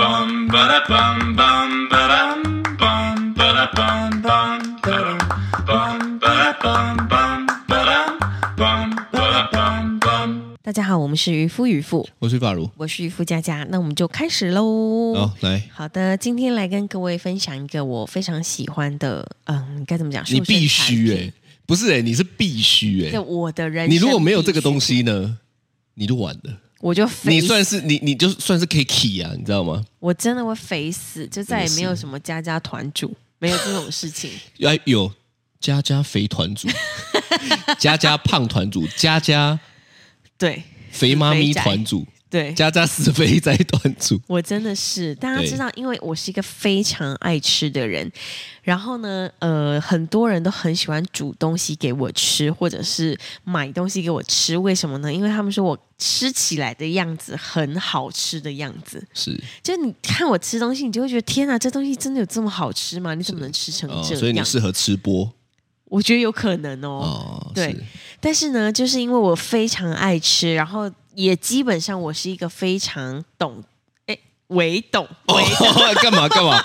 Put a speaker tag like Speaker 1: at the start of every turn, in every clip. Speaker 1: bum ba da bum bum ba dum bum ba da bum bum ba dum bum ba da bum bum ba dum bum ba da bum bum.
Speaker 2: 大家好，我们是渔夫渔妇，
Speaker 3: 我是法如。
Speaker 2: 我是渔夫佳佳，那我们就开始喽。
Speaker 3: 好，来，
Speaker 2: 好的，今天来跟各位分享一个我非常喜欢的，嗯，该怎么讲？
Speaker 3: 你
Speaker 2: 瘦身
Speaker 3: 必
Speaker 2: 产
Speaker 3: 须哎、
Speaker 2: 品
Speaker 3: 不是哎、你是必须哎、
Speaker 2: 对我的人生，
Speaker 3: 你如果没有这个东，西呢，你就完了。
Speaker 2: 我就肥
Speaker 3: 你算是你，你就算是 Kiki 啊，你知道吗？
Speaker 2: 我真的会肥死，就再也没有什么家家团主，没有这种事情。
Speaker 3: 哎有家家肥 团主，家家胖团主，家家
Speaker 2: 对
Speaker 3: 肥妈咪团主，
Speaker 2: 对，
Speaker 3: 家家死肥仔团主。
Speaker 2: 我真的是，大家
Speaker 3: 对
Speaker 2: 知道，因为我是一个非常爱吃的人，然后呢，呃，很多人都很喜欢煮东西给我吃，或者是买东西给我吃，为什么呢？因为他们说我吃起来的样子很好吃的样子，
Speaker 3: 是
Speaker 2: 就你看我吃东西，你就会觉得天哪，这东西真的有这么好吃吗？你怎么能吃成
Speaker 3: 哦，
Speaker 2: 这
Speaker 3: 所以你
Speaker 2: 样？
Speaker 3: 适合吃播
Speaker 2: 我觉得有可能哦
Speaker 3: 哦。
Speaker 2: 对
Speaker 3: 是
Speaker 2: 但是呢，就是因为我非常爱吃，然后也基本上我是一个非常懂，哎，唯懂。
Speaker 3: 哦， 干嘛干嘛？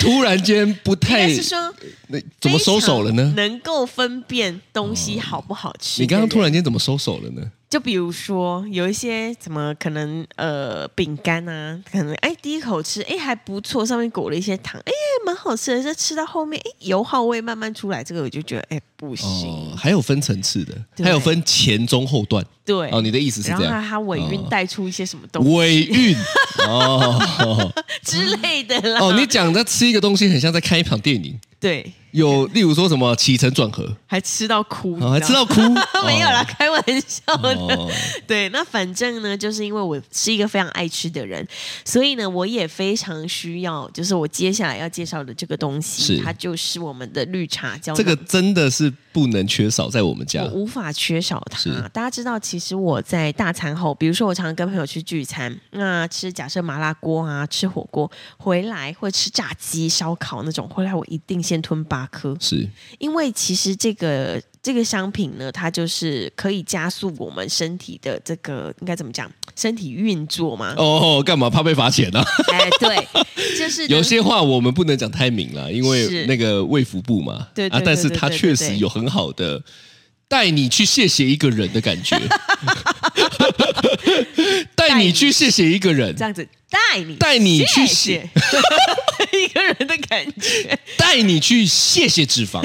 Speaker 3: 突然间不
Speaker 2: 应
Speaker 3: 太
Speaker 2: 该是说
Speaker 3: 那怎么收手了呢？
Speaker 2: 能够分辨东西好不好吃的人。
Speaker 3: 哦你刚刚突然间怎么收手了呢？
Speaker 2: 就比如说有一些怎么可能呃饼干啊，可能哎第一口吃哎还不错，上面裹了一些糖，哎蛮好吃的。这吃到后面哎油耗味慢慢出来，这个我就觉得哎不行。
Speaker 3: 哦，还有分层次的，
Speaker 2: 对
Speaker 3: 还有分前中后段。
Speaker 2: 对，
Speaker 3: 哦，你的意思是
Speaker 2: 然
Speaker 3: 这
Speaker 2: 后它
Speaker 3: 样？
Speaker 2: 它尾韵
Speaker 3: 哦
Speaker 2: 带出一些什么东西
Speaker 3: 尾韵哦
Speaker 2: 之类的啦。
Speaker 3: 哦，你讲在吃一个东西，很像在看一场电影，
Speaker 2: 对，
Speaker 3: 有例如说什么起承转合，
Speaker 2: 还吃到哭，
Speaker 3: 哦、还
Speaker 2: 你
Speaker 3: 吃到哭，
Speaker 2: 吗嗯没有啦，开玩笑的。
Speaker 3: 哦，
Speaker 2: 对，那反正呢，就是因为我是一个非常爱吃的人，所以呢，我也非常需要，就是我接下来要介绍的这个东西，
Speaker 3: 是
Speaker 2: 它就是我们的绿茶胶囊。
Speaker 3: 这个真的是不能缺少在我们家
Speaker 2: 我。无法缺少它
Speaker 3: 是。
Speaker 2: 大家知道，其实我在大餐后，比如说我常常跟朋友去聚餐，那吃假设麻辣锅啊，吃火锅回来会吃炸鸡、烧烤那种，回来我一定先吞八颗，
Speaker 3: 是
Speaker 2: 因为其实这个这个商品呢，它就是可以加速我们身体的这个应该怎么讲，身体运作 嘛。
Speaker 3: 哦，干嘛怕被罚钱啊？
Speaker 2: 哎，对，就是呢
Speaker 3: 有些话我们不能讲太明了，因
Speaker 2: 是
Speaker 3: 为那个卫福部嘛，
Speaker 2: 对对
Speaker 3: 啊，但是
Speaker 2: 对对
Speaker 3: 它
Speaker 2: 对
Speaker 3: 确
Speaker 2: 对
Speaker 3: 实有很好的带你去谢谢一个人的 感觉，带你去谢谢一个人
Speaker 2: 这，样子带你
Speaker 3: 带你
Speaker 2: 谢
Speaker 3: 去写
Speaker 2: 谢 一个人的感觉。
Speaker 3: 带你去谢谢脂 肪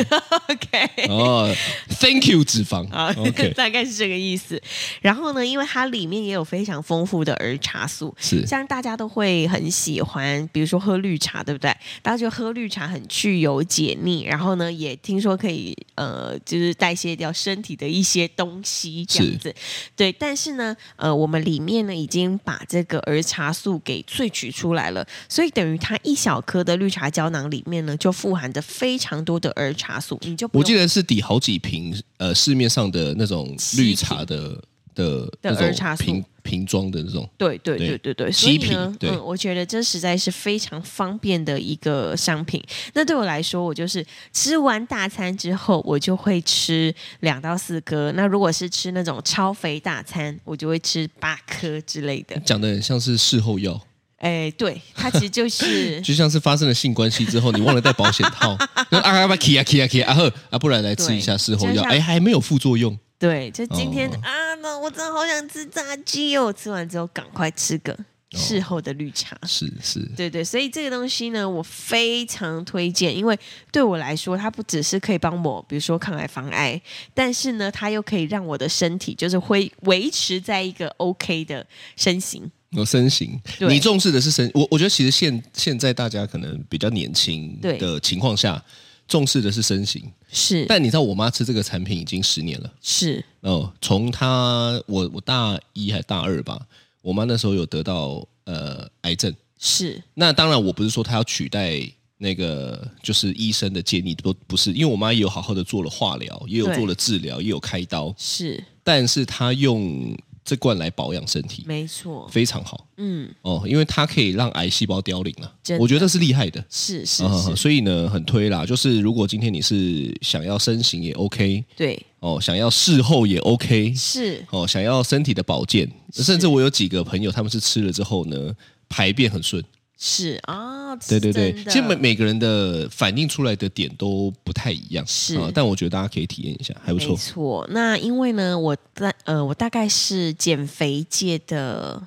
Speaker 2: OK。
Speaker 3: 哦，Thank you 脂肪
Speaker 2: 啊
Speaker 3: ，OK
Speaker 2: 大概是这个意思。然后呢，因为它里面也有非常丰富的儿茶素，
Speaker 3: 是
Speaker 2: 像大家都会很喜欢，比如说喝绿茶，对不对？大家觉得喝绿茶很去油解腻，然后呢，也听说可以呃，就是代谢掉身体的一些东西这样子。对，但是呢，呃，我们里面呢已经把这个儿茶素给萃取出来了，所以等于它一小颗的绿茶胶囊里面呢，就富含着非常多的儿茶素，你就不
Speaker 3: 我
Speaker 2: 用
Speaker 3: 记得是抵好几瓶呃市面上的那种绿茶的的那
Speaker 2: 儿茶
Speaker 3: 种
Speaker 2: 素
Speaker 3: 瓶瓶装的那种，
Speaker 2: 对对对
Speaker 3: 对
Speaker 2: 对对，所
Speaker 3: 七
Speaker 2: 以
Speaker 3: 品
Speaker 2: 呢，
Speaker 3: 对
Speaker 2: 嗯，我觉得这实在是非常方便的一个商品。那对我来说，我就是吃完大餐之后，我就会吃两到四颗。那如果是吃那种超肥大餐，我就会吃八颗之类的。
Speaker 3: 讲的很像是事后药，
Speaker 2: 哎，对，它其实 就是
Speaker 3: 就像是发生了性关系之后，你忘了带保险套， 然后啊啊啊 k 啊 k 啊 k 啊呵啊，不然来吃一下
Speaker 2: 对
Speaker 3: 事后
Speaker 2: 就
Speaker 3: 药，
Speaker 2: 像
Speaker 3: 哎，还没有副作用，
Speaker 2: 对，就今天、
Speaker 3: 哦
Speaker 2: 啊，那我真的好想吃炸鸡哦，吃完之后赶快吃个事后的绿茶。
Speaker 3: 是是，
Speaker 2: 对对，所以这个东西呢，我非常推荐，因为对我来说，它不只是可以帮我，比如说抗癌防癌，但是呢，它又可以让我的身体就是会维持在一个 OK 的身形。
Speaker 3: 有身形，
Speaker 2: 对
Speaker 3: 你重视的是身，我我觉得其实现现在大家可能比较年轻
Speaker 2: 对
Speaker 3: 的情况下，重视的是身形，
Speaker 2: 是
Speaker 3: 但你知道我妈吃这个产品已经十年了，
Speaker 2: 是，
Speaker 3: 哦，从她我我大一还大二吧，我妈那时候有得到呃癌症，
Speaker 2: 是
Speaker 3: 那当然，我不是说他要取代那个就是医生的建议，都不是，因为我妈也有好好的做了化疗，也有
Speaker 2: 对
Speaker 3: 做了治疗，也有开刀，
Speaker 2: 是，
Speaker 3: 但是她用这罐来保养身体，
Speaker 2: 没错，
Speaker 3: 非常好
Speaker 2: 嗯，
Speaker 3: 哦，因为它可以让癌细胞凋零啊
Speaker 2: 真，的
Speaker 3: 我觉得这是厉害的。
Speaker 2: 是是
Speaker 3: 啊
Speaker 2: 是，
Speaker 3: 所以呢，很推啦。就是如果今天你是想要身形也 OK
Speaker 2: 对，
Speaker 3: 哦，想要事后也 OK
Speaker 2: 是
Speaker 3: 哦，想要身体的保健，甚至我有几个朋友，他们是吃了之后呢，排便很顺，
Speaker 2: 是啊，
Speaker 3: 对对对
Speaker 2: 真，的
Speaker 3: 其实每每个人的反映出来的点都不太一样，
Speaker 2: 是
Speaker 3: 啊但我觉得大家可以体验一下，还不
Speaker 2: 没
Speaker 3: 错。
Speaker 2: 错。那因为呢，我大呃，我大概是减肥界的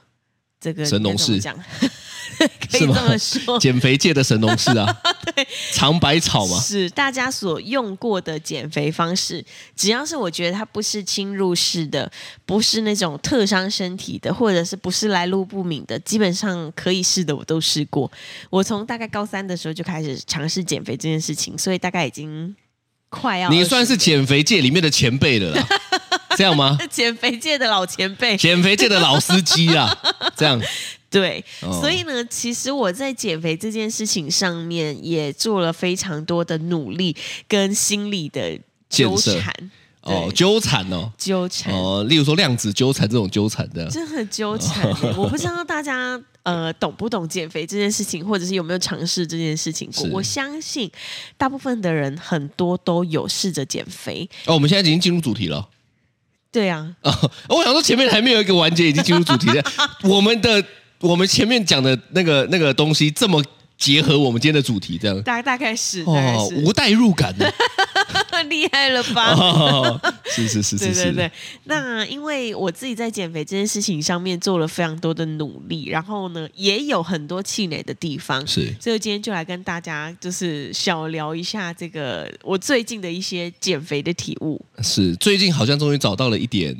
Speaker 2: 这个
Speaker 3: 神农氏
Speaker 2: 应该怎么讲，可以
Speaker 3: 是吗
Speaker 2: 这么说，
Speaker 3: 减肥界的神农氏 啊，尝百草嘛，
Speaker 2: 是大家所用过的减肥方式，只要是我觉得它不是侵入式的，不是那种特伤身体的，或者是不是来路不明的，基本上可以试的我都试过。我从大概高三的时候就开始尝试减肥这件事情，所以大概已经快要
Speaker 3: 你
Speaker 2: 20
Speaker 3: 算是减肥界里面的前辈 了啦，这样吗？
Speaker 2: 减肥界的老前辈，
Speaker 3: 减肥界的老司机 啦，这样
Speaker 2: 对，
Speaker 3: 哦
Speaker 2: 所以呢，其实我在减肥这件事情上面也做了非常多的努力跟心理的纠
Speaker 3: 建设
Speaker 2: 缠，
Speaker 3: 哦
Speaker 2: 对，
Speaker 3: 纠缠哦，
Speaker 2: 纠缠。
Speaker 3: 哦，例如说量子纠缠这种纠缠 的，
Speaker 2: 真的很纠缠欸、 我不知道大家呃懂不懂减肥这件事情，或者是有没有尝试这件事情过
Speaker 3: 是。
Speaker 2: 我相信大部分的人很多都有试着减肥。
Speaker 3: 哦，我们现在已经进入主题了。
Speaker 2: 对啊，
Speaker 3: 哦，我想说前面还没有一个环节已经进入主题了。我们的我们前面讲的那个那个东西这么结合我们今天的主题，这样
Speaker 2: 大大概是，大概
Speaker 3: 哦，
Speaker 2: 是，
Speaker 3: 无代 入感呢、
Speaker 2: 厉害了吧？
Speaker 3: 哦，是是是
Speaker 2: 对
Speaker 3: 是
Speaker 2: 对
Speaker 3: 是，
Speaker 2: 对，那因为我自己在减肥这件事情上面做了非常多的努力，然后呢，也有很多气馁的地方，
Speaker 3: 是
Speaker 2: 所以我今天就来跟大家就是小聊一下这个我最近的一些减肥的体悟，
Speaker 3: 是，最近好像终于找到了一点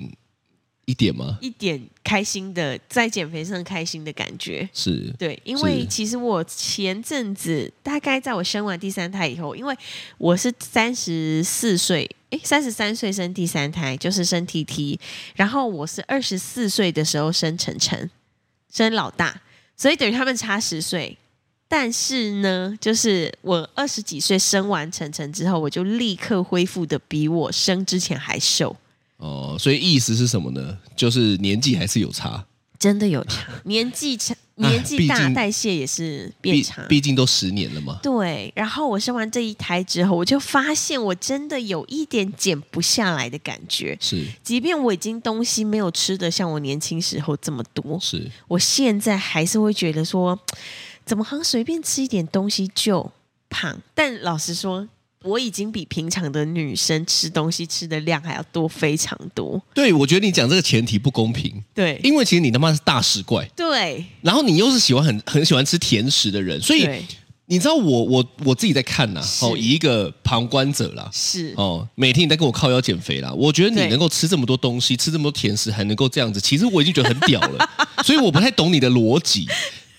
Speaker 3: 一点吗？
Speaker 2: 一点开心的在减肥上开心的感觉。
Speaker 3: 是
Speaker 2: 对，因为
Speaker 3: 是
Speaker 2: 其实我前阵子大概在我生完第三胎以后，因为我是三十四岁，诶，三十三岁生第三胎，就是生 TT，然后我是二十四岁的时候生晨晨，生老大，所以等于他们差十岁。但是呢，就是我二十几岁生完晨晨之后，我就立刻恢复的比我生之前还瘦，
Speaker 3: 哦，所以意思是什么呢？就是年纪还是有差，
Speaker 2: 真的有差，年纪 差，
Speaker 3: 哎
Speaker 2: 年纪
Speaker 3: 毕
Speaker 2: 大，
Speaker 3: 竟
Speaker 2: 代谢也是变
Speaker 3: 毕
Speaker 2: 差。
Speaker 3: 毕竟都十年了嘛。
Speaker 2: 对，然后我生完这一胎之后，我就发现我真的有一点减不下来的感觉。
Speaker 3: 是
Speaker 2: 即便我已经东西没有吃的像我年轻时候这么多，
Speaker 3: 是，
Speaker 2: 我现在还是会觉得说，怎么好像随便吃一点东西就胖？但老实说，我已经比平常的女生吃东西吃的量还要多非常多。
Speaker 3: 对我觉得你讲这个前提不公平，
Speaker 2: 对，
Speaker 3: 因为其实你他妈是大食怪，
Speaker 2: 对，
Speaker 3: 然后你又是喜欢很很喜欢吃甜食的人，所以
Speaker 2: 对，
Speaker 3: 你知道我我我自己在看呐、
Speaker 2: 是
Speaker 3: 哦，以一个旁观者啦，
Speaker 2: 是，
Speaker 3: 哦，每天你在跟我靠腰减肥啦，我觉得
Speaker 2: 对
Speaker 3: 你能够吃这么多东西，吃这么多甜食，还能够这样子，其实我已经觉得很屌了， 所以我不太懂你的逻辑。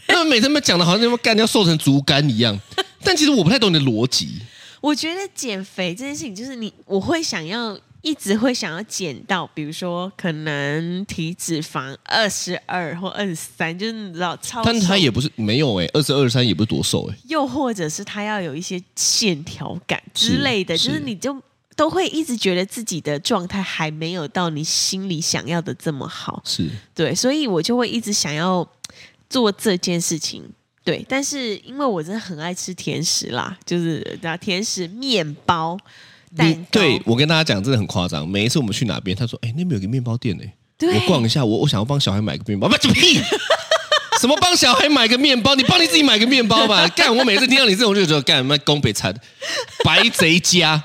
Speaker 3: 那每次他们讲的好像他们干要瘦成竹竿一样，但其实我不太懂你的逻辑。
Speaker 2: 我觉得减肥这件事情，就是你我会想要一直会想要减到，比如说可能体脂肪二十二或二十三，就是你知道超瘦，
Speaker 3: 但他也不是没有哎、欸，二十二三也不是多瘦哎、
Speaker 2: 又或者是它要有一些线条感之
Speaker 3: 是
Speaker 2: 类的，就是
Speaker 3: 是
Speaker 2: 你就都会一直觉得自己的状态还没有到你心里想要的这么好，
Speaker 3: 是
Speaker 2: 对，所以我就会一直想要做这件事情。对，但是因为我真的很爱吃甜食啦，就是然后甜食、面包、蛋
Speaker 3: 你
Speaker 2: 糕，
Speaker 3: 对我跟大家讲，真的很夸张。每一次我们去哪边，他说：“哎、那边有个面包店哎、
Speaker 2: 对
Speaker 3: 我逛一下，我我想要帮小孩买个面包，不就屁！ 什么帮小孩买个面包？你帮你自己买个面 包吧！干！我每次听到你这种，我就觉得干，妈东北餐，白贼家，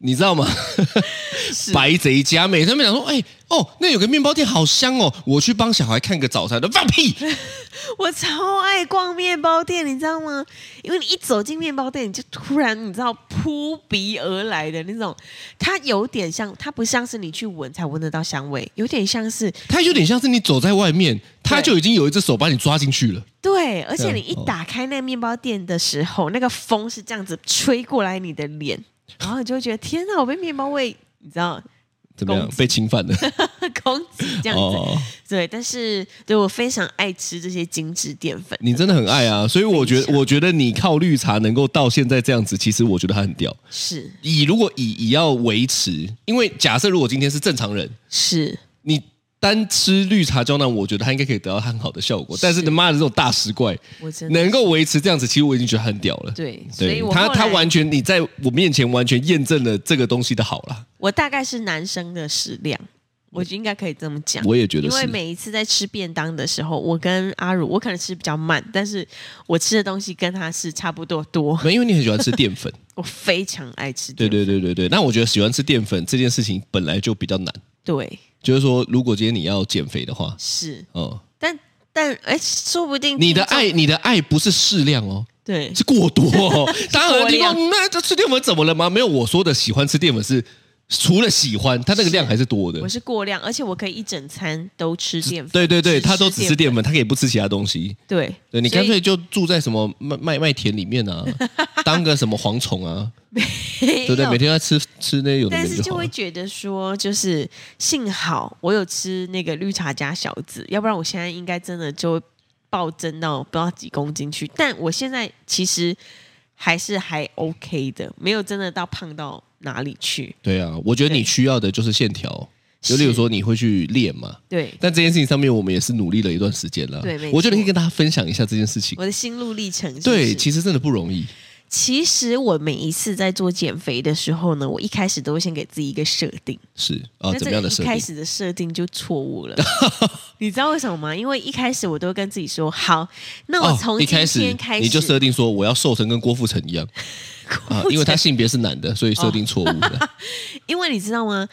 Speaker 3: 你知道吗？白贼家，每次他们讲说，哎、哦，那有个面包店好香哦，我去帮小孩看个早餐的，放屁！
Speaker 2: 我超爱逛面包店，你知道吗？因为你一走进面包店，你就突然你知道扑鼻而来的那种，它有点像，它不像是你去闻才闻得到香味，有点像是
Speaker 3: 它有点像是你走在外面，他就已经有一只手把你抓进去了。
Speaker 2: 对，而且
Speaker 3: 嗯
Speaker 2: 你一
Speaker 3: 哦
Speaker 2: 打开那个面包店的时候，那个风是这样子吹过来你的脸，然后你就会觉得天哪，我被面包味，你知道
Speaker 3: 怎么样
Speaker 2: 攻？击
Speaker 3: 被侵 犯了？
Speaker 2: 攻击这样子。
Speaker 3: 哦
Speaker 2: 对，但是对我非常爱吃这些精致淀粉，
Speaker 3: 你真的很爱啊，所以我觉得，我觉得你靠绿茶能够到现在这样子，其实我觉得他很屌。
Speaker 2: 是
Speaker 3: 以如果以以要维持，因为假设如果今天是正常人，
Speaker 2: 是
Speaker 3: 你单吃绿茶胶囊，我觉得他应该可以得到很好的效果。但是他妈的这种大食怪
Speaker 2: 我真的
Speaker 3: 能够维持这样子，其实我已经觉得他很屌了。
Speaker 2: 对，所
Speaker 3: 对
Speaker 2: 以我
Speaker 3: 他
Speaker 2: 后
Speaker 3: 他
Speaker 2: 来
Speaker 3: 完全你在我面前完全验证了这个东西的好啦。
Speaker 2: 我大概是男生的食量，我觉得应该可以这么讲。
Speaker 3: 我也觉得
Speaker 2: 因为
Speaker 3: 是。
Speaker 2: 每一次在吃便当的时候，我跟阿如，我可能吃比较慢，但是我吃的东西跟他是差不多多。
Speaker 3: 没，因为你很喜欢吃淀粉，
Speaker 2: 我非常爱吃
Speaker 3: 对
Speaker 2: 淀粉，
Speaker 3: 对对对对。那我觉得喜欢吃淀粉这件事情本来就比较难，
Speaker 2: 对
Speaker 3: 就是说，如果今天你要减肥的话，
Speaker 2: 是，
Speaker 3: 哦、
Speaker 2: 但但哎，说不定
Speaker 3: 你的
Speaker 2: 听众
Speaker 3: 爱，你的爱不是适量哦，
Speaker 2: 对
Speaker 3: 是过多、 哦。当然，
Speaker 2: 过
Speaker 3: 你
Speaker 2: 量
Speaker 3: 说那这吃淀粉怎么了吗？没有，我说的喜欢吃淀粉是除了喜欢，它那个量还是多的
Speaker 2: 我。是过量，而且我可以一整餐都吃淀粉。
Speaker 3: 对对对，他都只
Speaker 2: 吃
Speaker 3: 吃淀粉，他可以不吃其他东西。
Speaker 2: 对
Speaker 3: 对你
Speaker 2: 所以
Speaker 3: 干脆就住在什么麦麦麦田里面 啊，当个什么蝗虫啊，对不对？
Speaker 2: 没有
Speaker 3: 每天要吃吃那有的
Speaker 2: 但
Speaker 3: 没
Speaker 2: 是
Speaker 3: 的就
Speaker 2: 就
Speaker 3: 好
Speaker 2: 会
Speaker 3: 了。
Speaker 2: 觉得说，就是幸好我有吃那个绿茶加小子，要不然我现在应该真的就会暴增到不知道几公斤去。但我现在其实还是还 OK 的，没有真的到胖到哪里去。
Speaker 3: 对啊，我觉得你需要的就是线条，就是例如说你会去练嘛，
Speaker 2: 对
Speaker 3: 但这件事情上面我们也是努力了一段时间了。
Speaker 2: 对没
Speaker 3: 我觉得你
Speaker 2: 错
Speaker 3: 可以跟大家分享一下这件事情。
Speaker 2: 我的心路历程是不
Speaker 3: 对，
Speaker 2: 是，
Speaker 3: 其实真的不容易。
Speaker 2: 其实我每一次在做减肥的时候呢，我一开始都会先给自己一个设定。
Speaker 3: 是啊，
Speaker 2: 那
Speaker 3: 怎
Speaker 2: 这
Speaker 3: 么
Speaker 2: 个
Speaker 3: 样的
Speaker 2: 一
Speaker 3: 设
Speaker 2: 开
Speaker 3: 定？
Speaker 2: 始的设定就错误 了，你知道为什么吗？因为一开始我都会跟自己说，好，那我从
Speaker 3: 哦一
Speaker 2: 今
Speaker 3: 开
Speaker 2: 天
Speaker 3: 始
Speaker 2: 开始，
Speaker 3: 你就设定说我要瘦成跟郭富城 一样啊，因为他性别是男的，所以
Speaker 2: 哦
Speaker 3: 设定错误 了。
Speaker 2: 因为你知道吗？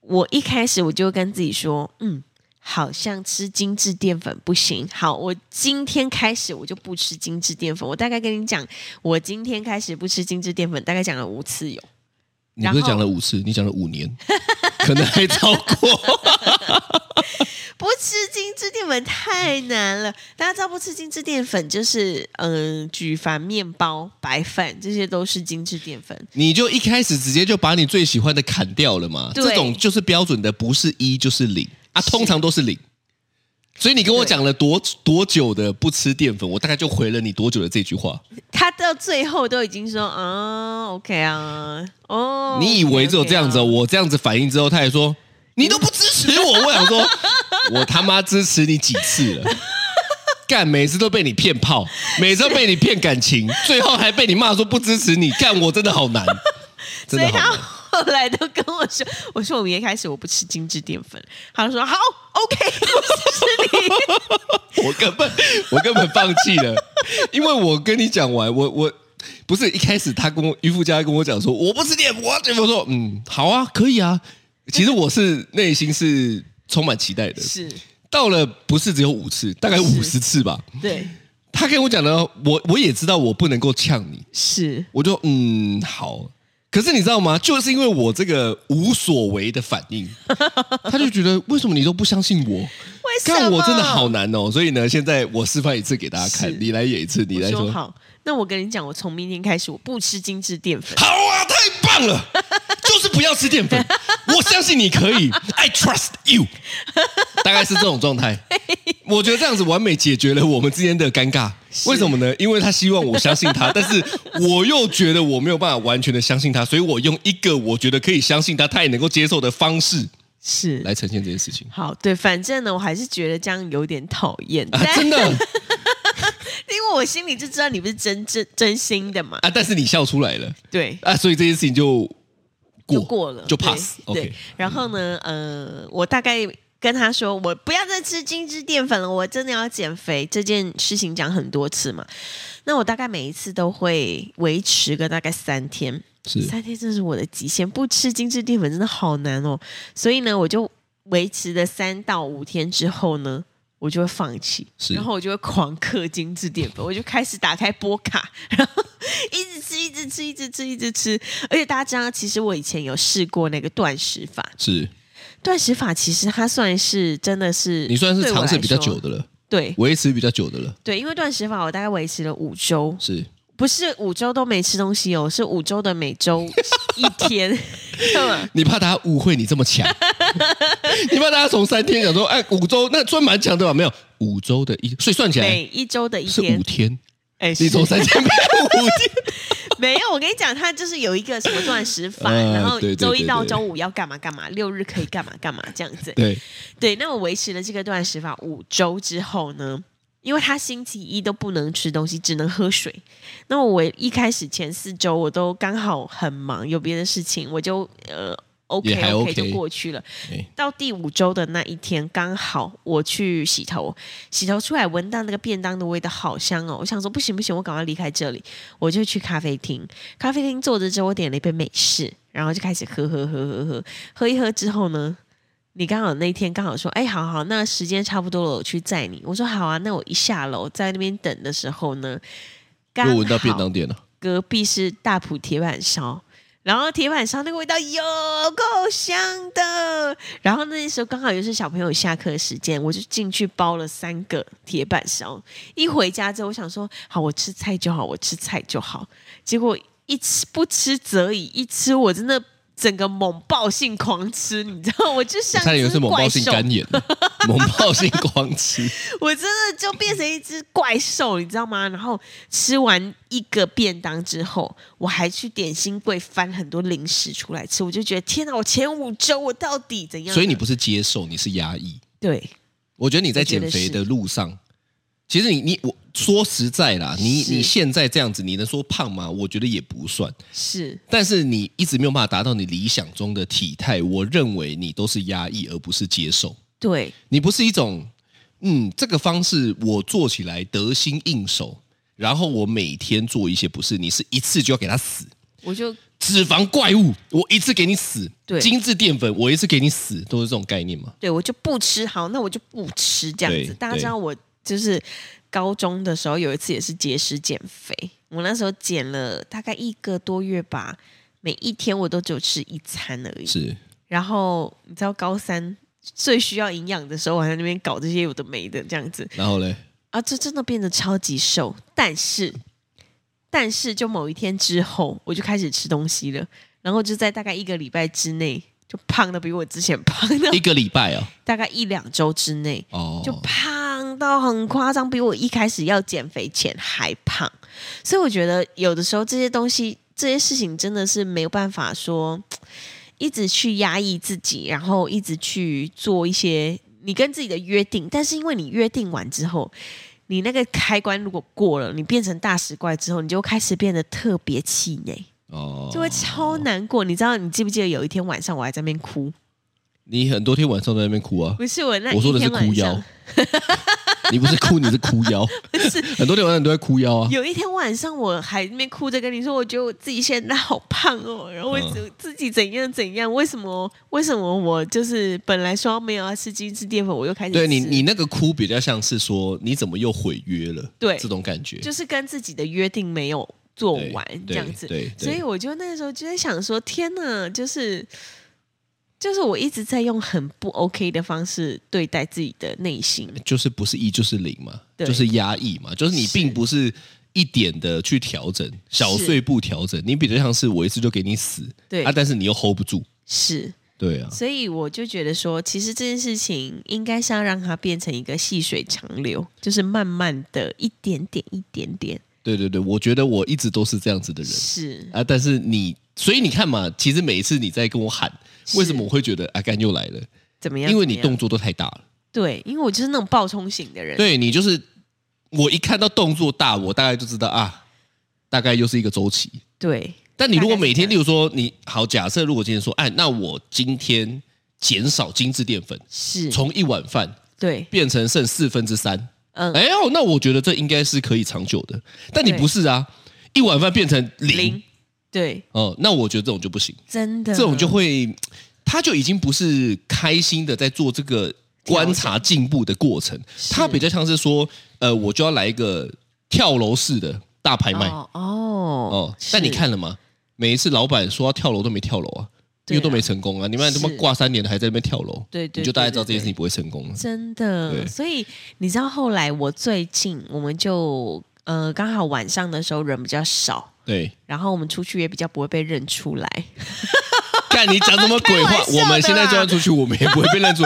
Speaker 2: 我一开始我就跟自己说，嗯，好像吃精致淀粉不行。好，我今天开始我就不吃精致淀粉。我大概跟你讲，我今天开始不吃精致淀粉，大概讲了五次有。
Speaker 3: 你不是
Speaker 2: 然后
Speaker 3: 讲了五次，你讲了五年， 可能还超过。
Speaker 2: 不吃精致淀粉太难了，大家知道不吃精致淀粉就是嗯、呃举凡面包、白饭这些都是精致淀粉。
Speaker 3: 你就一开始直接就把你最喜欢的砍掉了嘛？
Speaker 2: 对
Speaker 3: 这种就是标准的，不是一就是零啊，
Speaker 2: 是
Speaker 3: 通常都是零。所以你跟我
Speaker 2: 对
Speaker 3: 讲了多多久的不吃淀粉，我大概就回了你多久的这句话。
Speaker 2: 他到最后都已经说啊，OK 啊，哦，
Speaker 3: 你以为只有这样子哦？
Speaker 2: OK 啊
Speaker 3: 我这样子反应之后，他也说你都不支持我。我想说， 我他妈支持你几次 了？干，每次都被你骗炮，每次都被你骗感情，最后还被你骂说不支持你。干，我真 的好难，
Speaker 2: 所
Speaker 3: 真的
Speaker 2: 以
Speaker 3: 好
Speaker 2: 他
Speaker 3: 难。
Speaker 2: 后来都跟我说，我说我明天开始我不吃精致淀粉，他就说好，OK，我支持你。
Speaker 3: 我根本我根本放弃了， 因为我跟你讲完，我我不是一开始他跟我渔夫家跟我讲说我不吃淀粉，我我说嗯好啊可以啊，其实我是内心是充满期待的，
Speaker 2: 是
Speaker 3: 到了不是只有五次，大概五十次吧。
Speaker 2: 对，
Speaker 3: 他跟我讲的，我我也知道我不能够呛你，
Speaker 2: 是
Speaker 3: 我就嗯好。可是你知道吗？就是因为我这个无所谓的反 应，他就觉得为什么你都不相信我？
Speaker 2: 为什么？
Speaker 3: 看我真的好难哦。所以呢，现在我示范一次给大家
Speaker 2: 是
Speaker 3: 看，你来演一次，你
Speaker 2: 我
Speaker 3: 来
Speaker 2: 说
Speaker 3: 说。
Speaker 2: 好，那我跟你讲，我从明天开始我不吃精致淀粉。
Speaker 3: 好啊，太 棒了，就是不要吃淀粉，我相信你可以，I trust you，大概是这种 状态。我觉得这样子完美解决了我们之间的尴尬。为什么呢？因为他希望我相信 他，但是我又觉得我没有办法完全的相信他，所以我用一个我觉得可以相信他，他也能够接受的方式
Speaker 2: 是
Speaker 3: 来呈现这件事情
Speaker 2: 好，对，反正呢，我还是觉得这样有点讨厌，
Speaker 3: 啊，
Speaker 2: 但
Speaker 3: 真的
Speaker 2: 因为我心里就知道你不是真真真心的嘛。
Speaker 3: 啊！但是你笑出来了
Speaker 2: 对，
Speaker 3: 啊，所以这件事情就过
Speaker 2: 就过了，
Speaker 3: 就
Speaker 2: 对
Speaker 3: pass。
Speaker 2: 对
Speaker 3: OK，，嗯
Speaker 2: 然后呢，呃，我大概跟他说，我不要再吃精致淀粉了，我真的要减肥这件事情讲很多次嘛。那我大概每一次都会维持个大概三天，
Speaker 3: 是
Speaker 2: 三天真是我的极限，不吃精致淀粉真的好难哦。所以呢，我就维持了三到五天之后呢。我就会放弃，
Speaker 3: 是
Speaker 2: 然后我就会狂嗑精致淀粉，我就开始打开波卡，然后一直吃，一直吃，一直吃，一直吃。而且大家知道，其实我以前有试过那个断食法，
Speaker 3: 是，
Speaker 2: 断食法其实它算是真的是
Speaker 3: 你算是
Speaker 2: 对我
Speaker 3: 尝试
Speaker 2: 来
Speaker 3: 比较
Speaker 2: 说
Speaker 3: 久的了。
Speaker 2: 对
Speaker 3: 维持比较久的了，
Speaker 2: 对，因为断食法我大概维持了五周，
Speaker 3: 是
Speaker 2: 不是五周都没吃东西哦，是五周的每周一 天， 干嘛
Speaker 3: 你怕大家误会你这么强， 你怕大家从三天讲说，哎，五周那算蛮强对吧？没有五周的一，所以算起来
Speaker 2: 每一周的一
Speaker 3: 是
Speaker 2: 天
Speaker 3: 五，天，
Speaker 2: 哎，
Speaker 3: 你从
Speaker 2: 是
Speaker 3: 三天变五天，
Speaker 2: 没有，我跟你讲，它就是有一个什么断食法，
Speaker 3: 呃
Speaker 2: 然后
Speaker 3: 对对
Speaker 2: 周一
Speaker 3: 对
Speaker 2: 到
Speaker 3: 对
Speaker 2: 周五要干嘛干嘛，六日可以干嘛干嘛这样子。
Speaker 3: 对，
Speaker 2: 对，那我维持了这个断食法五周之后呢，因为他星期一都不能吃东西，只能喝水。那我一开始前四周我都刚好很忙，有别的事情，我就呃 OK
Speaker 3: 也还
Speaker 2: OK
Speaker 3: OK
Speaker 2: 就过去了。
Speaker 3: 哎
Speaker 2: 到第五周的那一天，刚好我去洗头，洗头出来闻到那个便当的味道，好香哦！我想说不行不行，我赶快离开这里，我就去咖啡厅。咖啡厅坐着之后，我点了一杯美式，然后就开始喝喝喝喝喝，喝一喝之后呢，你刚好那天刚好说，哎，好好，那时间差不多了，我去载你。我说好啊，那我一下楼在那边等的时候呢，刚
Speaker 3: 又
Speaker 2: 好
Speaker 3: 闻到便当店了，
Speaker 2: 隔壁是大埔铁板烧，然后铁板烧那个味道有够香的。然后那时候刚好又是小朋友下课时间，我就进去包了三个铁板烧。一回家之后，我想说好，我吃菜就好，我吃菜就好。结果一吃不吃则已，一吃我真的。整个猛暴性狂吃，你知道，我就像
Speaker 3: 差点以为
Speaker 2: 只
Speaker 3: 是猛
Speaker 2: 怪
Speaker 3: 暴性
Speaker 2: 兽，
Speaker 3: 肝炎， 猛暴性狂 吃，
Speaker 2: 我真的就变成一只怪兽，你知道吗？然后吃完一个便当之后，我还去点心柜翻很多零食出来吃，我就觉得天哪！我前五周我到底怎样？
Speaker 3: 所以你不是接受，你是压抑。
Speaker 2: 对
Speaker 3: 我觉得你在
Speaker 2: 我觉
Speaker 3: 减
Speaker 2: 得
Speaker 3: 肥
Speaker 2: 是
Speaker 3: 的路上，其实你你我说实在啦，你
Speaker 2: 是
Speaker 3: 你现在这样子，你能说胖吗？我觉得也不算，
Speaker 2: 是
Speaker 3: 但是你一直没有办法达到你理想中的体态，我认为你都是压抑而不是接受，
Speaker 2: 对
Speaker 3: 你不是一种嗯这个方式我做起来得心应手，然后我每天做一些不是，你是一次就要给它死。
Speaker 2: 我就
Speaker 3: 脂肪怪物，我一次给你死；
Speaker 2: 对
Speaker 3: 精致淀粉，我一次给你死，都是这种概念嘛。
Speaker 2: 对我就不吃，好，那我就不吃这样
Speaker 3: 对
Speaker 2: 子。大家知道我就是高中的时候有一次也是节食减肥，我那时候减了大概一个多月吧，每一天我都只有吃一餐而已。
Speaker 3: 是，
Speaker 2: 然后你知道高三最需要营养的时候，我还在那边搞这些有的没的这样子
Speaker 3: 然后嘞，
Speaker 2: 啊，这真的变得超级瘦。但是，但是就某一天之后，我就开始吃东西了，然后就在大概一个礼拜之内，就胖的比我之前胖的
Speaker 3: 一个礼拜啊，
Speaker 2: 大概一两周之内，
Speaker 3: 哦，
Speaker 2: 就胖到很夸张，比我一开始要减肥前还胖。所以我觉得有的时候这些东西、这些事情真的是没有办法说一直去压抑自己，然后一直去做一些你跟自己的约定。但是因为你约定完之后，你那个开关如果过了，你变成大食怪之后，你就开始变得特别气馁，
Speaker 3: 哦，
Speaker 2: 就会超难过。你知道，你记不记得有一天晚上我还在那边哭？
Speaker 3: 你很多天晚上都在那边哭啊。
Speaker 2: 不是我那
Speaker 3: 我说
Speaker 2: 一
Speaker 3: 的是
Speaker 2: 天
Speaker 3: 哭
Speaker 2: 晚
Speaker 3: 腰
Speaker 2: 上，
Speaker 3: 你不是哭，你是哭 腰。
Speaker 2: 是
Speaker 3: 很多天晚上你都在哭腰啊。
Speaker 2: 有一天晚上，我还在那边哭着跟你说，我觉得我自己现在好胖哦，然后我
Speaker 3: 嗯
Speaker 2: 自自己怎样怎样，为什么为什么我就是本来说没有要吃精致淀粉，我又开始
Speaker 3: 对你，
Speaker 2: 吃
Speaker 3: 你那个哭比较像是说你怎么又毁约了，
Speaker 2: 对
Speaker 3: 这种感觉。
Speaker 2: 就是跟自己的约定没有做完这
Speaker 3: 对
Speaker 2: 样子，
Speaker 3: 对，对
Speaker 2: 所以我就那时候就在想说，天哪，就是就是我一直在用很不 OK 的方式对待自己的内心，
Speaker 3: 就是不是一就是零嘛，
Speaker 2: 对
Speaker 3: 就是压抑嘛，就是你
Speaker 2: 是
Speaker 3: 并不是一点的去调整，小碎步调整，你比较像是我一次就给你死，
Speaker 2: 对
Speaker 3: 啊，但是你又 hold 不住，
Speaker 2: 是
Speaker 3: 对啊，
Speaker 2: 所以我就觉得说，其实这件事情应该是要让它变成一个细水长流，就是慢慢的一点点一点点，
Speaker 3: 对对对，我觉得我一直都是这样子的人
Speaker 2: 是
Speaker 3: 啊，但是你，所以你看嘛，其实每一次你在跟我喊，
Speaker 2: 是
Speaker 3: 为什么我会觉得啊，干又来了？
Speaker 2: 怎么样？
Speaker 3: 因为你
Speaker 2: 怎么
Speaker 3: 动
Speaker 2: 样
Speaker 3: 作都太大了，
Speaker 2: 对，因为我就是那种暴冲型的人，
Speaker 3: 对你就是我一看到动作大，我大概就知道啊，大概又是一个周期。
Speaker 2: 对
Speaker 3: 但你如果每天，
Speaker 2: 大概是这样
Speaker 3: 例如说你好，假设如果今天说，哎，那我今天减少精致淀粉，
Speaker 2: 是，
Speaker 3: 从一碗饭
Speaker 2: 对，
Speaker 3: 变成剩四分之三，
Speaker 2: 嗯，
Speaker 3: 哎呦，那我觉得这应该是可以长久的。但你
Speaker 2: 对
Speaker 3: 不是啊，一碗饭变成零
Speaker 2: 零，，对，
Speaker 3: 哦、那我觉得这种就不行，
Speaker 2: 真的，
Speaker 3: 这种就会，他就已经不是开心的在做这个观察进步的过程，
Speaker 2: 是
Speaker 3: 他比较像是说，呃，我就要来一个跳楼式的大拍卖。
Speaker 2: 哦哦
Speaker 3: 哦，但你
Speaker 2: 是
Speaker 3: 看了吗？每一次老板说要跳楼都没跳楼啊，因
Speaker 2: 对啊
Speaker 3: 为都没成功啊。你们他妈
Speaker 2: 是
Speaker 3: 挂三年了还在那边跳楼，
Speaker 2: 对对
Speaker 3: 你就大概知道
Speaker 2: 对对
Speaker 3: 这件事情不会成功了。
Speaker 2: 真
Speaker 3: 对
Speaker 2: 的。所以你知道后来我最近我们就呃刚好晚上的时候人比较少，
Speaker 3: 对，
Speaker 2: 然后我们出去也比较不会被认出来。
Speaker 3: 看你讲什么鬼话
Speaker 2: 开玩！笑的啦
Speaker 3: 我们现在就算出去，我们也不会被 认出。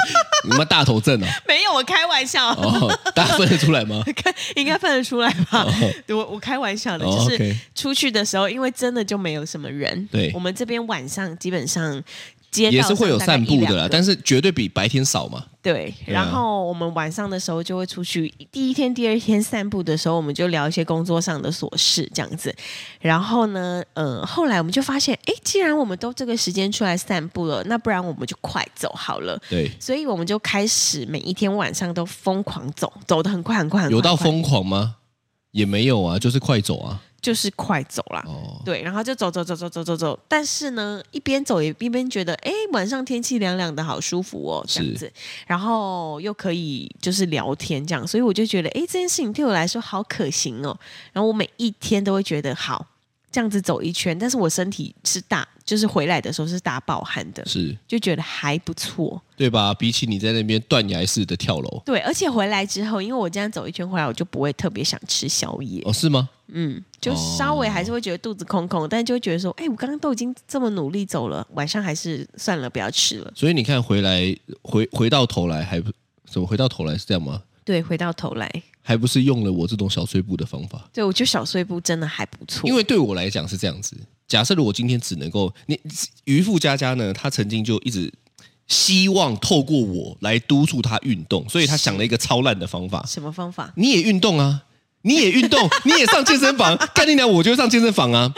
Speaker 3: 你们大头症啊？
Speaker 2: 没有，我开玩笑，
Speaker 3: 哦，大家分得出 来吗？
Speaker 2: 看应该分得出来吧？对我我开玩笑的，
Speaker 3: 哦
Speaker 2: 就
Speaker 3: OK
Speaker 2: 是出去的时候，因为真的就没有什么人。
Speaker 3: 对
Speaker 2: 我们这边晚上基本上街道
Speaker 3: 也是会有
Speaker 2: 上大概
Speaker 3: 散
Speaker 2: 一
Speaker 3: 步
Speaker 2: 两
Speaker 3: 的啦，
Speaker 2: 个
Speaker 3: 但是绝对比白天少嘛。
Speaker 2: 对，
Speaker 3: 对
Speaker 2: 然
Speaker 3: 啊
Speaker 2: 后我们晚上的时候就会出去，第一天、第二天散步的时候，我们就聊一些工作上的琐事这样子。然后呢，呃，后来我们就发现，哎，既然我们都这个时间出来散步了，那不然我们就快走好了。
Speaker 3: 对，
Speaker 2: 所以我们就开始每一天晚上都疯狂走，走得很快很快很快，
Speaker 3: 有到
Speaker 2: 很快，
Speaker 3: 疯狂吗？也没有啊，就是快走啊。
Speaker 2: 就是快走啦。
Speaker 3: 哦，
Speaker 2: 对，然后就走走走走走走走，但是呢，一边走也一边觉得，哎，晚上天气凉凉的，好舒服哦，这样
Speaker 3: 是
Speaker 2: 子，然后又可以就是聊天这样，所以我就觉得，哎，这件事情对我来说好可行哦。然后我每一天都会觉得好，这样子走一圈，但是我身体是大，就是回来的时候是大爆汗的，
Speaker 3: 是
Speaker 2: 就觉得还不错。
Speaker 3: 对吧？比起你在那边断崖式的跳楼，
Speaker 2: 对，而且回来之后，因为我这样走一圈回来，我就不会特别想吃宵夜。
Speaker 3: 哦，是吗？
Speaker 2: 嗯，就稍微还是会觉得肚子空空，但就会觉得说，哎、我刚刚都已经这么努力走了，晚上还是算了，不要吃了。
Speaker 3: 所以你看回来，回回到头来还不怎么回到头来是这样吗？
Speaker 2: 对，回到头来，
Speaker 3: 还不是用了我这种小碎步的方法？
Speaker 2: 对我觉得小碎步真的还不错，
Speaker 3: 因为对我来讲是这样子。假设如果今天只能够你渔夫佳佳呢，她曾经就一直希望透过我来督促她运动，所以她想了一个超烂的方法。
Speaker 2: 什么方法？
Speaker 3: 你也运动啊，你也运 动，你也上健身房，干你娘，我就上健身房啊！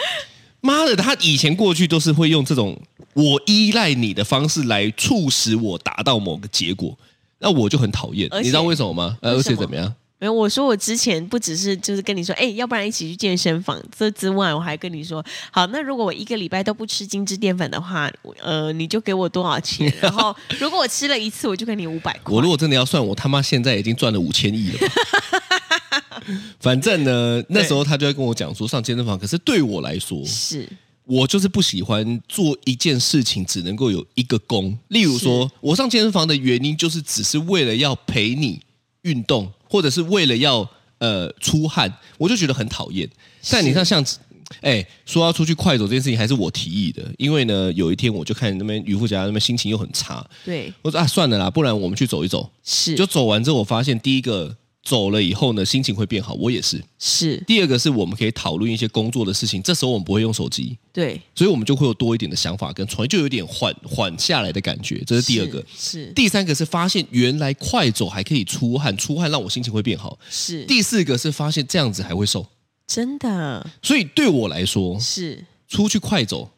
Speaker 3: 妈的，她以前过去都是会用这种我依赖你的方式来促使我达到某个结果，那我就很讨厌。
Speaker 2: 而且
Speaker 3: 你知道为什么吗？呃，
Speaker 2: 为
Speaker 3: 而
Speaker 2: 什么
Speaker 3: 且怎么样？
Speaker 2: 没有，我说我之前不只是就是跟你说，哎、要不然一起去健身房。这之外，我还跟你说，好，那如果我一个礼拜都不吃精致淀粉的话，我呃，你就给我多少 钱？然后如果我吃了一次，我就给你五百块
Speaker 3: 我。如果真的要算，我他妈现在已经赚了五千亿了 吧。反正呢，那时候他就会跟我讲说上健身房，可是对我来说，
Speaker 2: 是
Speaker 3: 我就是不喜欢做一件事情只能够有一个功。例如说，我上健身房的原因就是只是为了要陪你运动，或者是为了要呃出汗，我就觉得很讨厌。但你看像。哎，说要出去快走这件事情还是我提议的，因为呢，有一天我就看那边渔夫家那边心情又很差，
Speaker 2: 对，
Speaker 3: 我说啊算了啦，不然我们去走一走。
Speaker 2: 是
Speaker 3: 就走完之后，我发现第一个走了以后呢，心情会变好，我也是。
Speaker 2: 是，
Speaker 3: 第二个是我们可以讨论一些工作的事情，这时候我们不会用手机，
Speaker 2: 对，
Speaker 3: 所以我们就会有多一点的想法跟创意，就有点缓缓下来的感觉，这是第二个。
Speaker 2: 是
Speaker 3: 第三个是发现原来快走还可以出汗，出汗让我心情会变好。
Speaker 2: 是
Speaker 3: 第四个是发现这样子还会瘦，
Speaker 2: 真的
Speaker 3: 所以对我来说，
Speaker 2: 是
Speaker 3: 出去快走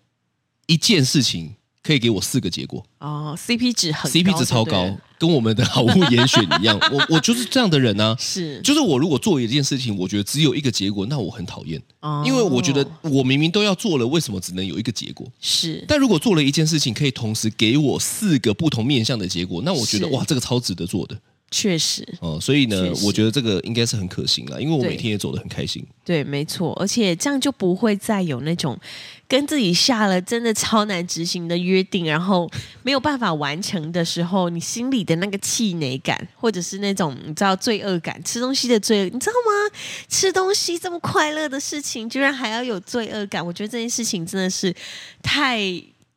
Speaker 3: 一件事情可以给我四个结果。
Speaker 2: 哦，CP 值很高
Speaker 3: CP 值超
Speaker 2: 就对
Speaker 3: 高
Speaker 2: 了，
Speaker 3: 跟我们的好物严选一样。我 我就是这样的人啊，
Speaker 2: 是
Speaker 3: 就是我如果做一件事情，我觉得只有一个结果，那我很讨厌，
Speaker 2: 哦
Speaker 3: 因为我觉得我明明都要做了，为什么只能有一个结果？
Speaker 2: 是
Speaker 3: 但如果做了一件事情，可以同时给我四个不同面向的结果，那我觉得
Speaker 2: 是
Speaker 3: 哇，这个超值得做的
Speaker 2: 确实
Speaker 3: 哦、所以呢
Speaker 2: 确，实
Speaker 3: 我觉得这个应该是很可行了，因为我
Speaker 2: 对
Speaker 3: 每天也走得很开心。
Speaker 2: 对，没错，而且这样就不会再有那种跟自己下了真的超难执行的约定，然后没有办法完成的时候，你心里的那个气馁感，或者是那种你知道罪恶感，吃东西的罪恶，你知道吗？吃东西这么快乐的事情，居然还要有罪恶感，我觉得这件事情真的是太。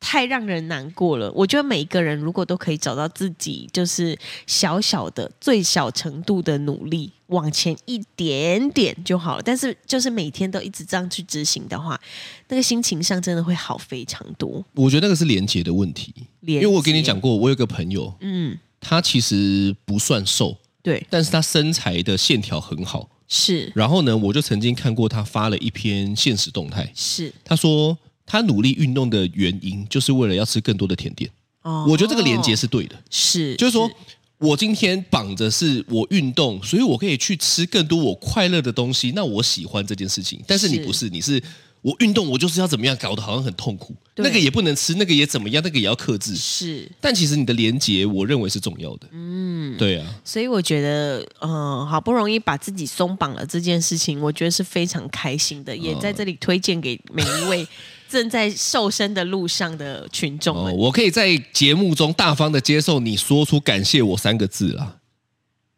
Speaker 2: 太让人难过了。我觉得每一个人如果都可以找到自己，就是小小的、最小程度的努力，往前一点点就好了。但是，就是每天都一直这样去执行的话，那个心情上真的会好非常多。
Speaker 3: 我觉得那个是连结的问题，
Speaker 2: 因
Speaker 3: 因为我跟你讲，过，我有个朋友，
Speaker 2: 嗯，
Speaker 3: 他其实不算瘦，
Speaker 2: 对，
Speaker 3: 但是他身材的线条很好。
Speaker 2: 是
Speaker 3: 然后呢，我就曾经看过他发了一篇现实动态，
Speaker 2: 是
Speaker 3: 他说他努力运动的原因就是为了要吃更多的甜点。
Speaker 2: 哦
Speaker 3: 我觉得这个连接是对的，
Speaker 2: 是，
Speaker 3: 就是说我今天绑着是我运动，所以我可以去吃更多我快乐的东西，那我喜欢这件事情。但是你
Speaker 2: 是
Speaker 3: 不是，你是。我运动，我就是要怎么样，搞得好像很痛苦。
Speaker 2: 对
Speaker 3: 那个也不能吃，那个也怎么样，那个也要克制。
Speaker 2: 是
Speaker 3: 但其实你的连结，我认为是重要的。嗯，对啊，
Speaker 2: 所以我觉得，嗯、好不容易把自己松绑了这件事情，我觉得是非常开心
Speaker 3: 嗯
Speaker 2: 的，也在这里推荐给每一位正在瘦身的路上的群众
Speaker 3: 哦，
Speaker 2: 们。
Speaker 3: 我可以在节目中大方的接受你说出“感谢我”三个字啦，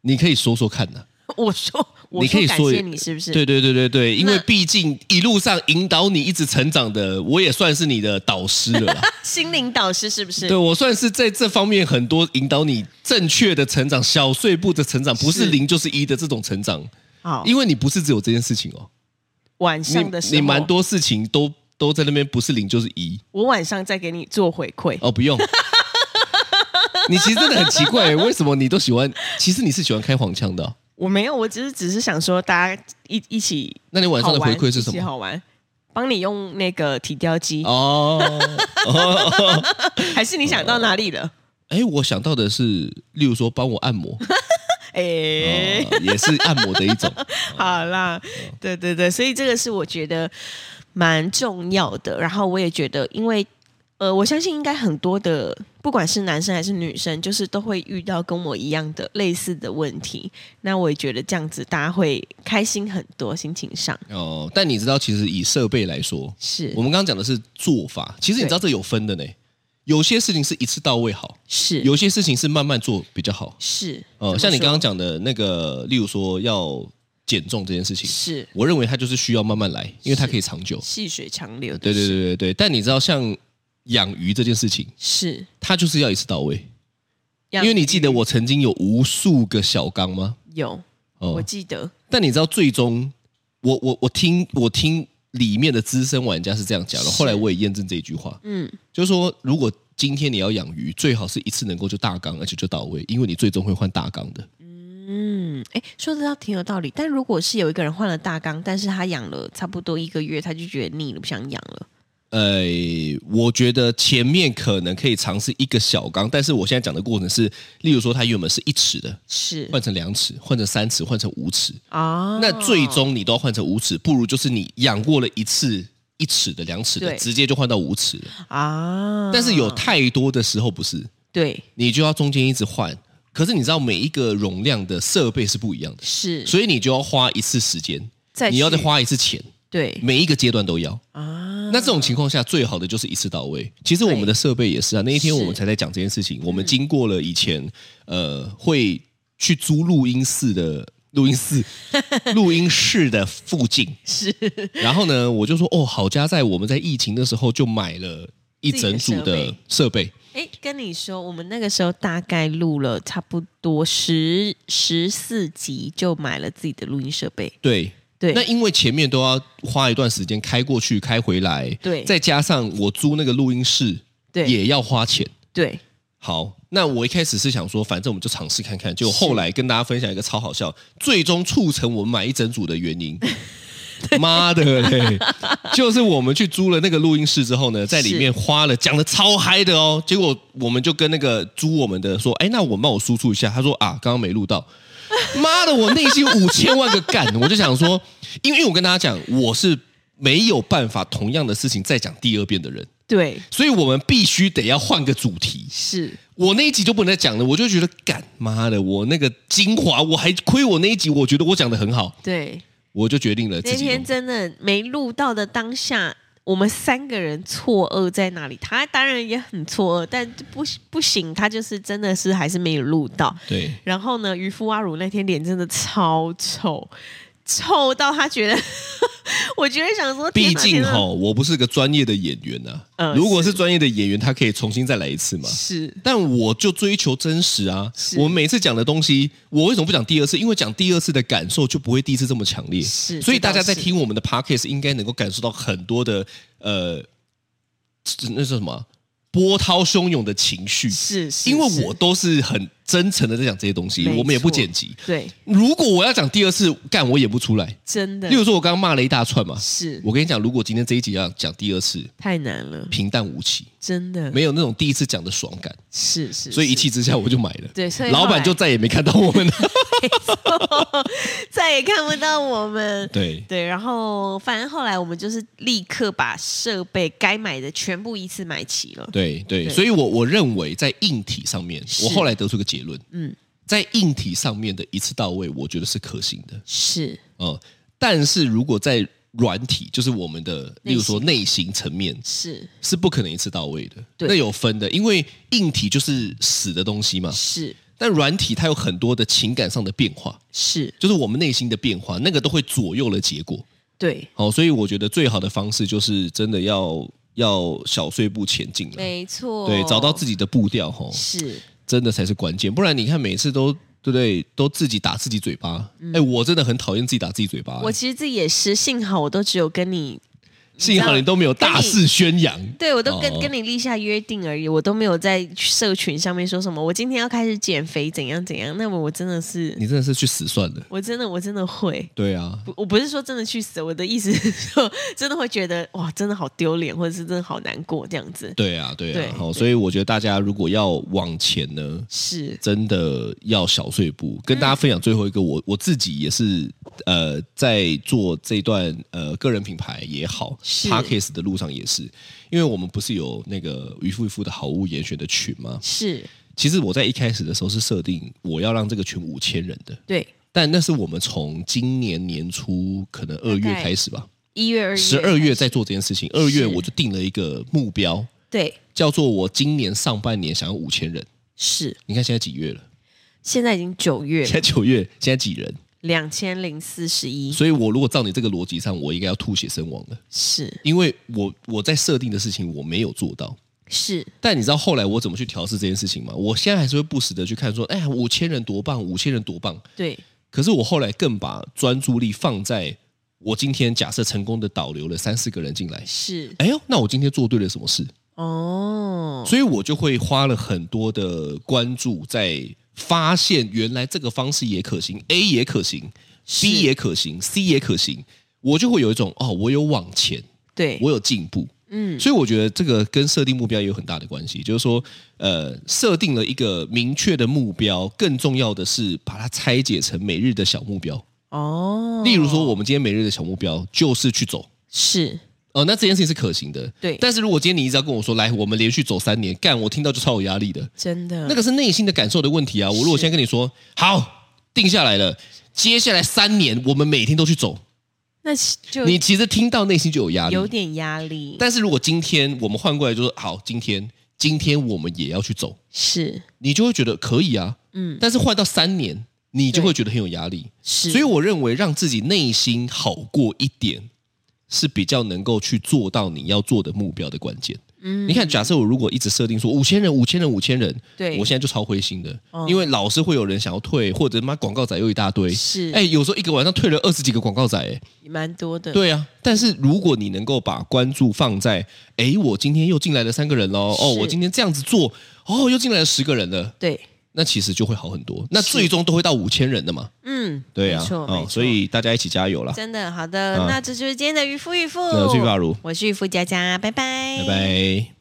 Speaker 3: 你可以说说看呐、
Speaker 2: 我说，我
Speaker 3: 你可以
Speaker 2: 感
Speaker 3: 说
Speaker 2: 谢你，是不是？
Speaker 3: 对对对对对，因为
Speaker 2: 那
Speaker 3: 毕竟一路上引导你一直成长的，我也算是你的导师了啦。
Speaker 2: 心灵导师是不是？
Speaker 3: 对我算是在这方面很多引导你正确的成长，小碎步的成长，不
Speaker 2: 是
Speaker 3: 是零就是一的这种成长，
Speaker 2: 好，
Speaker 3: 因为你不是只有这件事情哦，
Speaker 2: 晚
Speaker 3: 你
Speaker 2: 上的时候
Speaker 3: 你蛮多事情都都在那边，不是零就是一。
Speaker 2: 我晚上再给你做回馈。
Speaker 3: 哦，不用。你其实真的很奇怪，为什么你都喜欢？其实你是喜欢开黄腔的哦、
Speaker 2: 我没有，我只是只是想说，大家一一起
Speaker 3: 那你晚上的
Speaker 2: 好玩
Speaker 3: 回馈是什
Speaker 2: 一起
Speaker 3: 么？
Speaker 2: 好玩，帮你用那个体雕机，
Speaker 3: 哦，
Speaker 2: 还是你想到哪里了？
Speaker 3: 哎，我想到的是，例如说帮我按 摩，
Speaker 2: 哎、
Speaker 3: 哦也是按摩的一种。
Speaker 2: 好啦，对对对，所以这个是我觉得蛮重要的。然后我也觉得，因为呃，我相信应该很多的，不管是男生还是女生，就是都会遇到跟我一样的类似的问题。那我也觉得这样子大家会开心很多，心情上
Speaker 3: 哦，但你知道，其实以设备来说，
Speaker 2: 是
Speaker 3: 我们刚刚讲的是做法，其实你知道这有分的呢。有些事情是一次到位好，
Speaker 2: 是
Speaker 3: 有些事情是慢慢做比较好。
Speaker 2: 是
Speaker 3: 呃，
Speaker 2: 怎么
Speaker 3: 像你
Speaker 2: 说
Speaker 3: 刚刚讲的那个，例如说要减重这件事情，
Speaker 2: 是
Speaker 3: 我认为它就是需要慢慢来，因为它可以长久。
Speaker 2: 细水长流的，
Speaker 3: 对对对对对。但你知道，像养鱼这件事情，
Speaker 2: 是。
Speaker 3: 它就是要一次到位。
Speaker 2: 因
Speaker 3: 因为你记得我曾经有无数个小缸吗？
Speaker 2: 有，我
Speaker 3: 哦，
Speaker 2: 记得
Speaker 3: 但你知道最终，我我我听我听里面的资深玩家是这样讲的，
Speaker 2: 是
Speaker 3: 后来我也验证这一句话，
Speaker 2: 嗯
Speaker 3: 嗯，就是说如果今天你要养鱼，最好是一次能够就大缸，而且就到位，因为你最终会换大缸的。
Speaker 2: 嗯，哎，说的倒挺有道理。但如果是有一个人换了大纲，但是他养了差不多一个月，他就觉得腻了，不想养了。
Speaker 3: 呃，我觉得前面可能可以尝试一个小缸，但是我现在讲的过程是，例如说它原本是一尺的，
Speaker 2: 是
Speaker 3: 换成两尺，换成三尺，换成五尺，
Speaker 2: 啊，
Speaker 3: 呃那最终你都要换成五尺，不如就是你养过了一次一尺的、两尺的
Speaker 2: 对，
Speaker 3: 直接就换到五尺了。
Speaker 2: 啊，
Speaker 3: 但是有太多的时候不是，
Speaker 2: 对
Speaker 3: 你就要中间一直换。可是你知道每一个容量的设备是不一样的，
Speaker 2: 是，
Speaker 3: 所以你就要花一次时间，
Speaker 2: 再
Speaker 3: 你要再
Speaker 2: 去
Speaker 3: 花一次钱，
Speaker 2: 对
Speaker 3: 每一个阶段都要。
Speaker 2: 啊，
Speaker 3: 那这种情况下，最好的就是一次到位。其实我们的设备也是啊，那一天我们才在讲这件事
Speaker 2: 嗯
Speaker 3: 情，我们经过了以前呃会去租录音室的录 音室录音室的附近
Speaker 2: 是
Speaker 3: 然后呢，我就说哦，好家在我们在疫情的时候就买了一整
Speaker 2: 自
Speaker 3: 组
Speaker 2: 己的
Speaker 3: 的设备，
Speaker 2: 哎，跟你说，我们那个时候大概录了差不多十十四集，就买了自己的录音设备。
Speaker 3: 对。
Speaker 2: 对，
Speaker 3: 那因为前面都要花一段时间开过去、开回来，
Speaker 2: 对
Speaker 3: 再加上我租那个录音室
Speaker 2: 对
Speaker 3: 也要花钱。
Speaker 2: 对
Speaker 3: 好，那我一开始是想说，反正我们就尝试看看，就后来跟大家分享一个超好笑，最终促成我们买一整组的原因。 妈的嘞！就是我们去租了那个录音室之后呢，在里面花了讲的超嗨的哦，结果我们就跟那个租我们的说，哎，那我帮我输出一下，他说啊，刚刚没录到。妈的，我内心五千万个干，我就想说，因为因为我跟大家讲，我是没有办法同样的事情再讲第二遍的人，
Speaker 2: 对
Speaker 3: 所以我们必须得要换个主题。
Speaker 2: 是，
Speaker 3: 我那一集就不能再讲了，我就觉得干妈的，我那个精华，我还亏我那一集，我觉得我讲的很好，
Speaker 2: 对。
Speaker 3: 我就决定了
Speaker 2: 那
Speaker 3: 自己
Speaker 2: 天
Speaker 3: 用。
Speaker 2: 真的没录到的当下，我们三个人错愕在那里。他当然也很错愕，但不不行，他就是真的是还是没有录到。
Speaker 3: 对，
Speaker 2: 然后呢，渔夫阿鲁那天脸真的超臭，臭到他觉得， 我觉得想说，
Speaker 3: 毕
Speaker 2: 天哪
Speaker 3: 竟，
Speaker 2: 天
Speaker 3: 哈，
Speaker 2: 哪
Speaker 3: 我不是个专业的演员呐、
Speaker 2: 嗯
Speaker 3: 如果是专业的演员，他可以重新再来一次嘛。
Speaker 2: 是
Speaker 3: 但我就追求真实啊！
Speaker 2: 是
Speaker 3: 我们每次讲的东西，我为什么不讲第二次？因为讲第二次的感受就不会第一次这么强烈。
Speaker 2: 是
Speaker 3: 所以
Speaker 2: 这倒
Speaker 3: 大家在
Speaker 2: 是
Speaker 3: 听我们的 podcast 应该能够感受到很多的呃，这那是什么波涛汹涌的情绪。
Speaker 2: 是是，
Speaker 3: 因为
Speaker 2: 是
Speaker 3: 我都是很真诚的在讲这些东西
Speaker 2: 没，错
Speaker 3: 我们也不剪辑。
Speaker 2: 对
Speaker 3: 如果我要讲第二次，干我演不出来。
Speaker 2: 真的
Speaker 3: 例如说，我刚刚骂了一大串嘛，
Speaker 2: 是
Speaker 3: 我跟你讲，如果今天这一集要讲第二次，
Speaker 2: 太难了，
Speaker 3: 平淡无奇，
Speaker 2: 真的
Speaker 3: 没有那种第一次讲的爽感，
Speaker 2: 是是，
Speaker 3: 所以一
Speaker 2: 是
Speaker 3: 气之下我就买了。
Speaker 2: 对所以后
Speaker 3: 老板
Speaker 2: 来
Speaker 3: 就再也没看到 我们了。
Speaker 2: 再也看不到我们。
Speaker 3: 对，
Speaker 2: 对，然后反正后来我们就是立刻把设备该买的全部一次买齐了。
Speaker 3: 对对，
Speaker 2: 对
Speaker 3: 所以我我认为在硬体上面，
Speaker 2: 是
Speaker 3: 我后来得出个结论，
Speaker 2: 嗯
Speaker 3: 嗯，在硬体上面的一次到位，我觉得是可行的。
Speaker 2: 是
Speaker 3: 嗯，但是如果在软体，就是我们的，例如说内心层面，
Speaker 2: 是
Speaker 3: 是不可能一次到位的，
Speaker 2: 对
Speaker 3: 那有分的，因为硬体就是死的东西嘛，
Speaker 2: 是
Speaker 3: 但软体它有很多的情感上的变化，
Speaker 2: 是，
Speaker 3: 就是我们内心的变化，那个都会左右了结果。
Speaker 2: 对，
Speaker 3: 好、所以我觉得最好的方式就是真的要要小碎步前进了。
Speaker 2: 没错，
Speaker 3: 对，找到自
Speaker 2: 己
Speaker 3: 己的步调，吼，
Speaker 2: 是
Speaker 3: 真的才是关键。不然你看，每次都对不对，都自己打自己嘴
Speaker 2: 嗯
Speaker 3: 巴。哎、我真的很讨厌自己打自己嘴巴、
Speaker 2: 我其实自己也是，幸好我都只有跟你
Speaker 3: 幸好你都没有大肆宣扬。
Speaker 2: 对我都跟、
Speaker 3: 哦
Speaker 2: 跟你立下约定而已，我都没有在社群上面说什么我今天要开始减肥怎样怎样。那么我真的是，
Speaker 3: 你真的是去死算了。
Speaker 2: 我真的我真的会。
Speaker 3: 对啊，
Speaker 2: 不我不是说真的去死，我的意思是说，真的会觉得哇，真的好丢脸，或者是真的好难过这样子。
Speaker 3: 对啊，对
Speaker 2: 对
Speaker 3: 啊。好，所以我觉得大家如果要往前呢，
Speaker 2: 是，
Speaker 3: 真的要小碎步。跟
Speaker 2: 嗯
Speaker 3: 大家分享最后一个，我我自己也是呃，在做这段呃个人品牌也好
Speaker 2: 是
Speaker 3: ，Parkes 的路上也是，因为我们不是有那个渔夫渔夫的好物严选的群吗？
Speaker 2: 是，
Speaker 3: 其实我在一开始的时候是设定我要让这个群五千人的，
Speaker 2: 对，
Speaker 3: 但那是我们从今年年初可能二月
Speaker 2: 大概
Speaker 3: 开始吧，
Speaker 2: 一月、二月、
Speaker 3: 十二月在做这件事情，二
Speaker 2: 是
Speaker 3: 月我就定了一个目标，
Speaker 2: 对，
Speaker 3: 叫做我今年上半年想要五千人。
Speaker 2: 是，
Speaker 3: 你看现在几月了？
Speaker 2: 现在已经九月
Speaker 3: 现在九月，现在几人？
Speaker 2: 两千零四十一，
Speaker 3: 所以我如果照你这个逻辑上，我应该要吐血身亡了，
Speaker 2: 是
Speaker 3: 因为我我在设定的事情我没有做到。
Speaker 2: 是，
Speaker 3: 但你知道后来我怎么去调试这件事情吗？我现在还是会不时的去看说，哎呀，五千人多棒，五千人多棒。
Speaker 2: 对，
Speaker 3: 可是我后来更把专注力放在我今天假设成功的导流了三四个人进来，
Speaker 2: 是，
Speaker 3: 哎呦，那我今天做对了什么事？
Speaker 2: 哦，
Speaker 3: 所以我就会花了很多的关注在发现原来这个方式也可行，A 也可行
Speaker 2: 是
Speaker 3: ，B 也可行，C 也可行，我就会有一种哦，我有往前，
Speaker 2: 对，
Speaker 3: 我有进步。
Speaker 2: 嗯，
Speaker 3: 所以我觉得这个跟设定目标也有很大的关系，就是说，呃，设定了一个明确的目标，更重要的是把它拆解成每日的小目标。
Speaker 2: 哦，
Speaker 3: 例如说，我们今天每日的小目标就是去走。
Speaker 2: 是，
Speaker 3: 哦，那这件事情是可行的，
Speaker 2: 对
Speaker 3: 但是如果今天你一直要跟我说，来，我们连续走三年，干，我听到就超有压力的。
Speaker 2: 真的，
Speaker 3: 那个是内心的感受的问题啊。我如果
Speaker 2: 是
Speaker 3: 现在跟你说，好，定下来了，接下来三年我们每天都去走，
Speaker 2: 那是就
Speaker 3: 你其实听到内心就有压力。
Speaker 2: 有点压力，
Speaker 3: 但是如果今天我们换过来就是，好，今天今天我们也要去走，
Speaker 2: 是
Speaker 3: 你就会觉得可以啊。
Speaker 2: 嗯
Speaker 3: 但是换到三年，你就
Speaker 2: 对
Speaker 3: 会觉得很有压力。
Speaker 2: 是，
Speaker 3: 所以我认为让自己内心好过一点，是比较能够去做到你要做的目标的关键。
Speaker 2: 嗯
Speaker 3: 你看，假设我如果一直设定说五千人、五千人、五千人，
Speaker 2: 对
Speaker 3: 我现在就超灰心的，
Speaker 2: 哦
Speaker 3: 因为老是会有人想要退，或者妈广告仔又一大堆。
Speaker 2: 是
Speaker 3: 哎，有时候一个晚上退了二十几个广告仔，哎，
Speaker 2: 蛮多的，
Speaker 3: 对啊。但是如果你能够把关注放在，哎，我今天又进来了三个人喽，哦，
Speaker 2: 是
Speaker 3: 我今天这样子做，哦，又进来了十个人了，
Speaker 2: 对，
Speaker 3: 那其实就会好很多。那最终都会到五千人的嘛，
Speaker 2: 嗯，
Speaker 3: 对啊
Speaker 2: 没，错，没
Speaker 3: 哦，
Speaker 2: 错
Speaker 3: 所以大家一起加油啦！
Speaker 2: 真的好的，
Speaker 3: 啊呃
Speaker 2: 那这就是今天的渔夫渔夫，
Speaker 3: 那我是渔夫阿如
Speaker 2: 我是渔夫佳佳，拜拜，
Speaker 3: 拜。拜。